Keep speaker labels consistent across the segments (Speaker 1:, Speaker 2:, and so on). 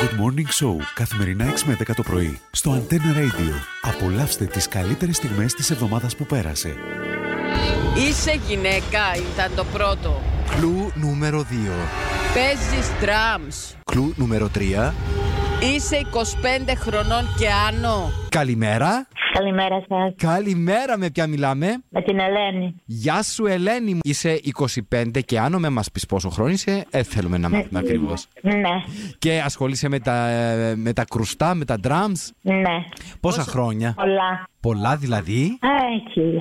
Speaker 1: Good Morning Show, καθημερινά 6 με 10 το πρωί, στο Antenna Radio. Απολαύστε τις καλύτερες στιγμές της εβδομάδας που πέρασε.
Speaker 2: Είσαι γυναίκα, ήταν το πρώτο.
Speaker 3: Κλου νούμερο 2.
Speaker 2: Παίζεις drums.
Speaker 3: Κλου νούμερο 3.
Speaker 2: Είσαι 25 χρονών και άνω.
Speaker 3: Καλημέρα.
Speaker 4: Καλημέρα σας.
Speaker 3: Καλημέρα με ποια μιλάμε.
Speaker 4: Με την Ελένη.
Speaker 3: Γεια σου Ελένη μου. Είσαι 25 και αν με μας πεις πόσο χρόνο είσαι, ε, θέλουμε να μάθουμε ακριβώς.
Speaker 4: Ναι,
Speaker 3: Και ασχολείσαι με τα, ε, με τα κρουστά, με τα drums.
Speaker 4: ναι.
Speaker 3: Πόσα χρόνια.
Speaker 4: Πολλά.
Speaker 3: Πολλά δηλαδή.
Speaker 4: Α, Εκεί.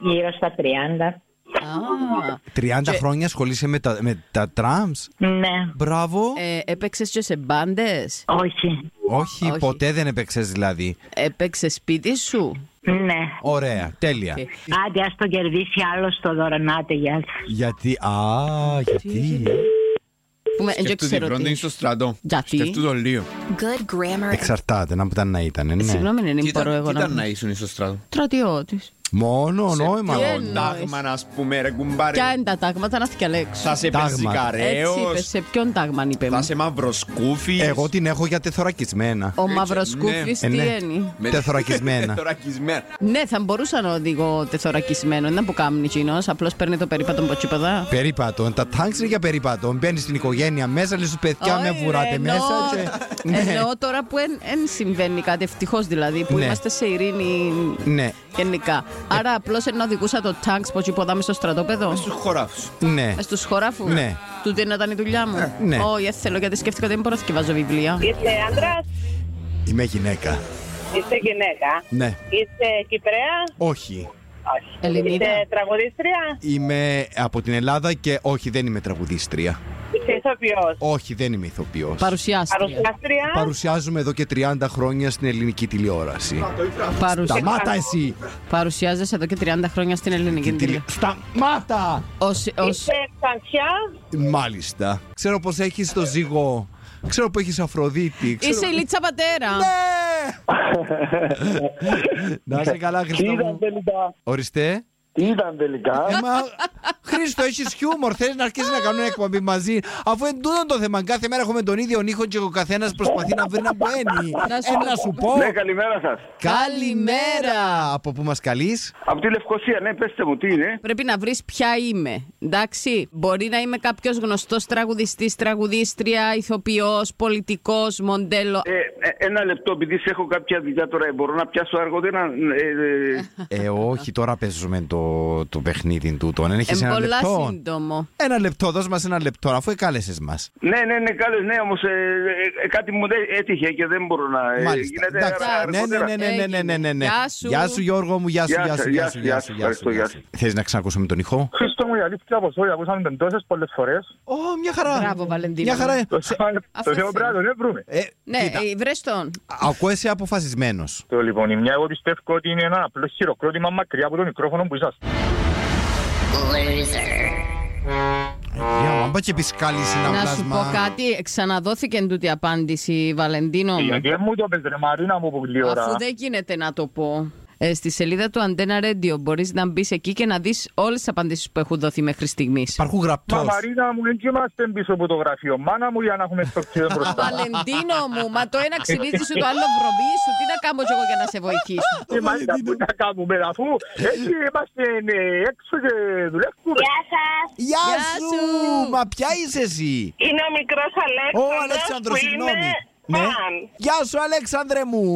Speaker 4: Γύρω στα 30.
Speaker 2: Α,
Speaker 3: 30 χρόνια ασχολείσαι με τα, με τα drums.
Speaker 4: Ναι.
Speaker 3: Μπράβο.
Speaker 2: ε, έπαιξες και σε μπάντες.
Speaker 4: Όχι.
Speaker 3: όχι,
Speaker 2: όχι.
Speaker 3: ποτέ δεν έπαιξες δηλαδή.
Speaker 2: Έπαιξες σπίτι σου.
Speaker 3: Ε.
Speaker 4: Ναι.
Speaker 3: Ωραία, τέλεια.
Speaker 2: Τι.
Speaker 4: Άντε, ας το κερδίσει άλλος το δωρονάτε, γεια σας.
Speaker 3: Γιατί, α, γιατί.
Speaker 2: Που με δεν
Speaker 5: Σκέφτομαι την
Speaker 2: Ε, ξέρω
Speaker 5: πρώτη
Speaker 2: τι.
Speaker 5: στο στρατό.
Speaker 2: Γιατί?
Speaker 5: Σκέφτομαι το λίγο.
Speaker 6: Good grammar.
Speaker 3: Εξαρτάται, να ήταν να ήταν, ναι.
Speaker 2: Ε, Συγγνώμη,
Speaker 5: Τι
Speaker 2: δεν μπορώ
Speaker 5: ήταν-
Speaker 2: εγώ
Speaker 5: τι
Speaker 2: να.
Speaker 5: ήταν να ήσουν στο στρατό.
Speaker 2: Στρατιώτης.
Speaker 3: Μόνο νόημα.
Speaker 2: ποιο
Speaker 3: μόνο.
Speaker 2: εννοώ.
Speaker 5: Τάγμα, ας πούμε, ρε κουμπάρε.
Speaker 2: Ποια είναι τα τάγματα να θυκαλέξω.
Speaker 5: Θα σε
Speaker 3: Τάγμα.
Speaker 2: Έτσι είπες,
Speaker 5: περσικαρέως,
Speaker 2: σε ποιον τάγμα είπε
Speaker 5: θα
Speaker 2: μου.
Speaker 5: σε μαυροσκούφι.
Speaker 3: Εγώ την έχω για τεθωρακισμένα.
Speaker 2: Ο Μαυροσκούφης
Speaker 3: Ε,
Speaker 2: τι
Speaker 3: ναι.
Speaker 2: είναι.
Speaker 5: Με-
Speaker 3: Τεθωρακισμένα.
Speaker 5: Τεθωρακισμένα.
Speaker 2: Ναι, θα μπορούσα να οδηγώ τεθωρακισμένο. Δεν που κάνει κοινό. Απλώς παίρνει το περίπατο μποτσίπαδα.
Speaker 3: Περίπατο. Τα tanks είναι για περίπατο. Μπαίνεις στην οικογένεια μέσα, λες του παιδιά με
Speaker 2: Όχι,
Speaker 3: βουράτε
Speaker 2: ρε,
Speaker 3: μέσα.
Speaker 2: εννοώ-
Speaker 3: και- Ναι.
Speaker 2: Εννοώ τώρα που δεν συμβαίνει κάτι, ευτυχώς δηλαδή, που
Speaker 3: Ναι.
Speaker 2: είμαστε σε ειρήνη
Speaker 3: Ναι,
Speaker 2: γενικά. Άρα απλώς ενώ οδηγούσα το τάγκ που ποδάμε στο στρατόπεδο.
Speaker 5: Στους χωράφους.
Speaker 3: ναι.
Speaker 2: Στους χωράφους.
Speaker 3: Ναι.
Speaker 2: Τούτη ήταν η δουλειά μου.
Speaker 3: ναι.
Speaker 2: Όχι, δεν θέλω γιατί σκέφτηκα ότι δεν μπορώ να θυκευάζω βιβλία.
Speaker 7: Είστε άντρας,
Speaker 3: Είμαι γυναίκα.
Speaker 7: είστε γυναίκα.
Speaker 3: Ναι.
Speaker 7: Είστε Κυπρέας,
Speaker 3: Όχι.
Speaker 7: όχι.
Speaker 2: Ελληνίδα.
Speaker 7: Είστε τραγουδίστρια,
Speaker 3: Είμαι από την Ελλάδα και όχι, δεν είμαι τραγουδίστρια.
Speaker 7: είστε ηθοποιός.
Speaker 3: Όχι, δεν είμαι ηθοποιός.
Speaker 2: Παρουσιάστηκε.
Speaker 7: Παρουσιάστρια,
Speaker 3: Παρουσιάζομαι εδώ και 30 χρόνια στην ελληνική τηλεόραση.
Speaker 2: Παρουσια...
Speaker 3: Σταμάτα εσύ!
Speaker 2: Παρουσιάζεσαι εδώ και 30 χρόνια στην ελληνική
Speaker 3: Την τηλε-
Speaker 2: τηλεόραση.
Speaker 3: Σταμάτα!
Speaker 2: Ως, ως...
Speaker 7: είστε ξανθιά,
Speaker 3: Μάλιστα. Ξέρω πως έχεις το ζυγό. Ξέρω που έχεις Αφροδίτη. Ξέρω...
Speaker 2: Είσαι η Λίτσα Πατέρα.
Speaker 3: Ναι! Να είσαι καλά,
Speaker 8: Τι
Speaker 3: Χριστό
Speaker 8: ήταν
Speaker 3: μου.
Speaker 8: τελικά.
Speaker 3: Οριστε.
Speaker 8: Τι ήταν τελικά.
Speaker 3: Ε, μα, Χρήστο, έχεις χιούμορ. Θέλεις να αρχίσεις να κάνουν εκπομπή μαζί. Αφού εν τούτον το θέμα. Κάθε μέρα έχουμε τον ίδιο ήχο και ο καθένας προσπαθεί να βρει να μπαίνει.
Speaker 2: Να σου
Speaker 3: Ε,
Speaker 2: πω.
Speaker 3: να σου πω.
Speaker 8: Ναι, καλημέρα σας.
Speaker 2: Καλημέρα.
Speaker 3: Καλημέρα! Από πού μας καλείς?
Speaker 8: Από τη Λευκοσία, ναι, πετε μου τι είναι.
Speaker 2: Πρέπει να βρεις ποια είμαι. Εντάξει. Μπορεί να είμαι κάποιος γνωστός τραγουδιστής, τραγουδίστρια, ηθοποιός, πολιτικός, μοντέλο.
Speaker 8: Ε, ε, ένα λεπτό, επειδή σε έχω κάποια δουλειά τώρα, ε, μπορώ να πιάσω αργότερα. Ε, ε,
Speaker 3: Ε, όχι, τώρα παίζουμε το, το παιχνίδι τούτο. Αν έχεις
Speaker 2: Εν
Speaker 3: ένα
Speaker 2: πολλά
Speaker 3: λεπτό.
Speaker 2: σύντομο.
Speaker 3: Ένα λεπτό, δώσ' μας ένα λεπτό, αφού εκάλεσες μας.
Speaker 8: ναι, ναι, ναι, καλέ, ναι, όμως ε, κάτι μου δεν έτυχε και δεν μπορώ να. ε,
Speaker 3: Μάλιστα.
Speaker 8: γίνεται
Speaker 3: Εντάξει.
Speaker 8: αργότερα.
Speaker 3: Ναι, ναι, ναι, ναι, ναι, ναι, ναι, ναι.
Speaker 2: Γεια σου.
Speaker 3: Γεια σου, Γιώργο μου, γεια σου, γεια σου, γεια σου, γεια σου, γεια
Speaker 8: Ευχαριστώ,
Speaker 3: σου, γεια
Speaker 8: γεια
Speaker 3: σου.
Speaker 8: σου.
Speaker 3: Θες να ξανακούσουμε τον ηχό?
Speaker 9: Χρήστο μου, η αλήθεια από ζωή, ακούσαμε τον τόσες πολλές φορές.
Speaker 3: Ω, μια χαρά.
Speaker 2: Μπράβο, Βαλεντίνα.
Speaker 3: Μια χαρά.
Speaker 9: Το
Speaker 3: Σε-
Speaker 2: Αυτό
Speaker 9: θέμα
Speaker 2: θέλω.
Speaker 9: πρέπει να τον βρούμε.
Speaker 3: Ε,
Speaker 2: Ναι,
Speaker 3: κοίτα,
Speaker 2: ε, βρες τον.
Speaker 3: ακούεσαι αποφασισμένος.
Speaker 9: Το λοιπόν, η μια εγώ πιστεύω ότι είναι ένα απλό χειροκρότημα μακριά από το μικρόφωνο που είσαστε.
Speaker 3: Για να Ε, μπα και επισκάλισε ένα
Speaker 2: Να σου πω
Speaker 3: πλάσμα.
Speaker 2: κάτι. Ξαναδόθηκε τούτη απάντηση, Βαλεντίνο μου.
Speaker 9: Γιατί μου το πες ρε Μαρίνα μου που λίγο ώρα.
Speaker 2: Αφού δεν γίνεται να το πω. Ε, στη σελίδα του Antenna Radio μπορείς να μπεις εκεί και να δεις όλες τις απαντήσεις που έχουν δοθεί μέχρι στιγμής.
Speaker 3: Υπάρχουν
Speaker 9: Μα
Speaker 3: γραπτός.
Speaker 9: Μαρίνα μου, δεν κοιμάστε πίσω από το γραφείο. Μάνα μου για να έχουμε στο κτήριο μπροστά.
Speaker 2: Βαλεντίνο μου, μα το ένα ξυλίζεις σου, το άλλο βρωμί σου. Τι να κάνω κι εγώ για να σε βοηθήσω.
Speaker 9: Τι μάλιστα που να κάνουμε αφού έτσι είμαστε ε, έξω και δουλεύουμε.
Speaker 4: Γεια σας.
Speaker 3: Γεια
Speaker 2: Γεια
Speaker 3: σου!
Speaker 2: σου.
Speaker 3: Μα ποια είσαι εσύ?
Speaker 7: είναι ο μικρός
Speaker 3: Ω,
Speaker 7: Αλέξανδρος
Speaker 3: Αλέξανδρο,
Speaker 7: που
Speaker 3: συγγνώμη.
Speaker 7: είναι
Speaker 3: Ναι.
Speaker 7: φαν.
Speaker 3: Γεια σου, Αλέξανδρε μου.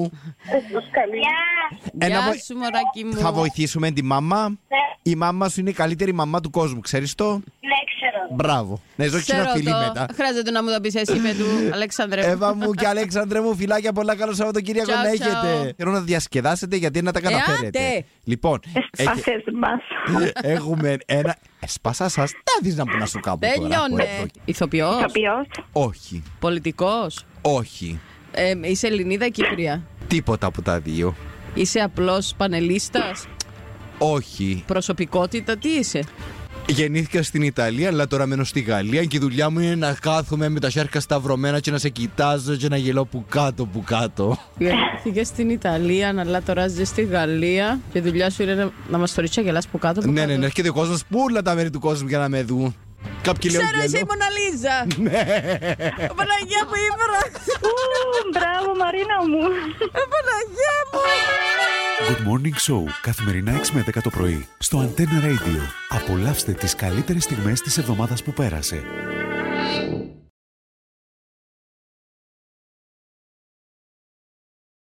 Speaker 3: Ένα
Speaker 2: Γεια
Speaker 3: βοη-
Speaker 2: σου, μωράκι μου.
Speaker 3: Θα βοηθήσουμε τη μάμα. Η μάμα σου είναι η καλύτερη μαμά του κόσμου, ξέρεις το.
Speaker 4: Δεν ξέρω.
Speaker 3: Μπράβο. Να ζω
Speaker 2: Ξέρω
Speaker 3: ξένα φιλή
Speaker 2: το.
Speaker 3: μετά.
Speaker 2: Χρειάζεται να μου το πεις εσύ με του Αλέξανδρε.
Speaker 3: Εύα μου και Αλέξανδρε μου, φιλάκια πολλά. Καλό Σαββατοκύριακο
Speaker 2: Τσαου,
Speaker 3: να
Speaker 2: τσαου.
Speaker 3: έχετε. Θέλω να διασκεδάσετε γιατί να τα
Speaker 2: Ε, άντε.
Speaker 3: καταφέρετε. Λοιπόν, έχε-
Speaker 4: Εσπάσε μα.
Speaker 3: έχουμε ένα. Εσπάσα σα, τάδει να μπουν να σου κάπου τώρα. από εδώ.
Speaker 2: Τελειώνε. Ηθοποιός,
Speaker 4: Ποιο.
Speaker 3: Όχι,
Speaker 2: πολιτικός,
Speaker 3: όχι.
Speaker 2: Ε, είσαι Ελληνίδα ή Κύπρια.
Speaker 3: Τίποτα από τα δύο.
Speaker 2: Είσαι απλός πανελίστας,
Speaker 3: Όχι.
Speaker 2: προσωπικότητα, τι είσαι.
Speaker 3: Γεννήθηκα στην Ιταλία, αλλά τώρα μένω στη Γαλλία και η δουλειά μου είναι να κάθομαι με τα χέρια σταυρωμένα και να σε κοιτάζω και να γελώ που κάτω που κάτω.
Speaker 2: Γεννήθηκες στην Ιταλία, αλλά τώρα ζεις στη Γαλλία και η δουλειά σου είναι να- να μας το ρίξει να γελάς που κάτω. από
Speaker 3: ναι, ναι,
Speaker 2: κάτω.
Speaker 3: ναι, έρχεται ο κόσμος, πούλα τα μέρη του κόσμου για να με δουν. Κάποιοι λέω
Speaker 2: Ξέρω, είσαι η
Speaker 3: γέλο.
Speaker 2: Μοναλίζα. Παναγία μου, ήμουρα.
Speaker 6: Μπράβο, Μαρίνα μου.
Speaker 2: Ε, Παναγία μου.
Speaker 1: Good Morning Show, καθημερινά 6 με 10 το πρωί, στο Antenna Radio. Απολαύστε τις καλύτερες στιγμές της εβδομάδας που πέρασε.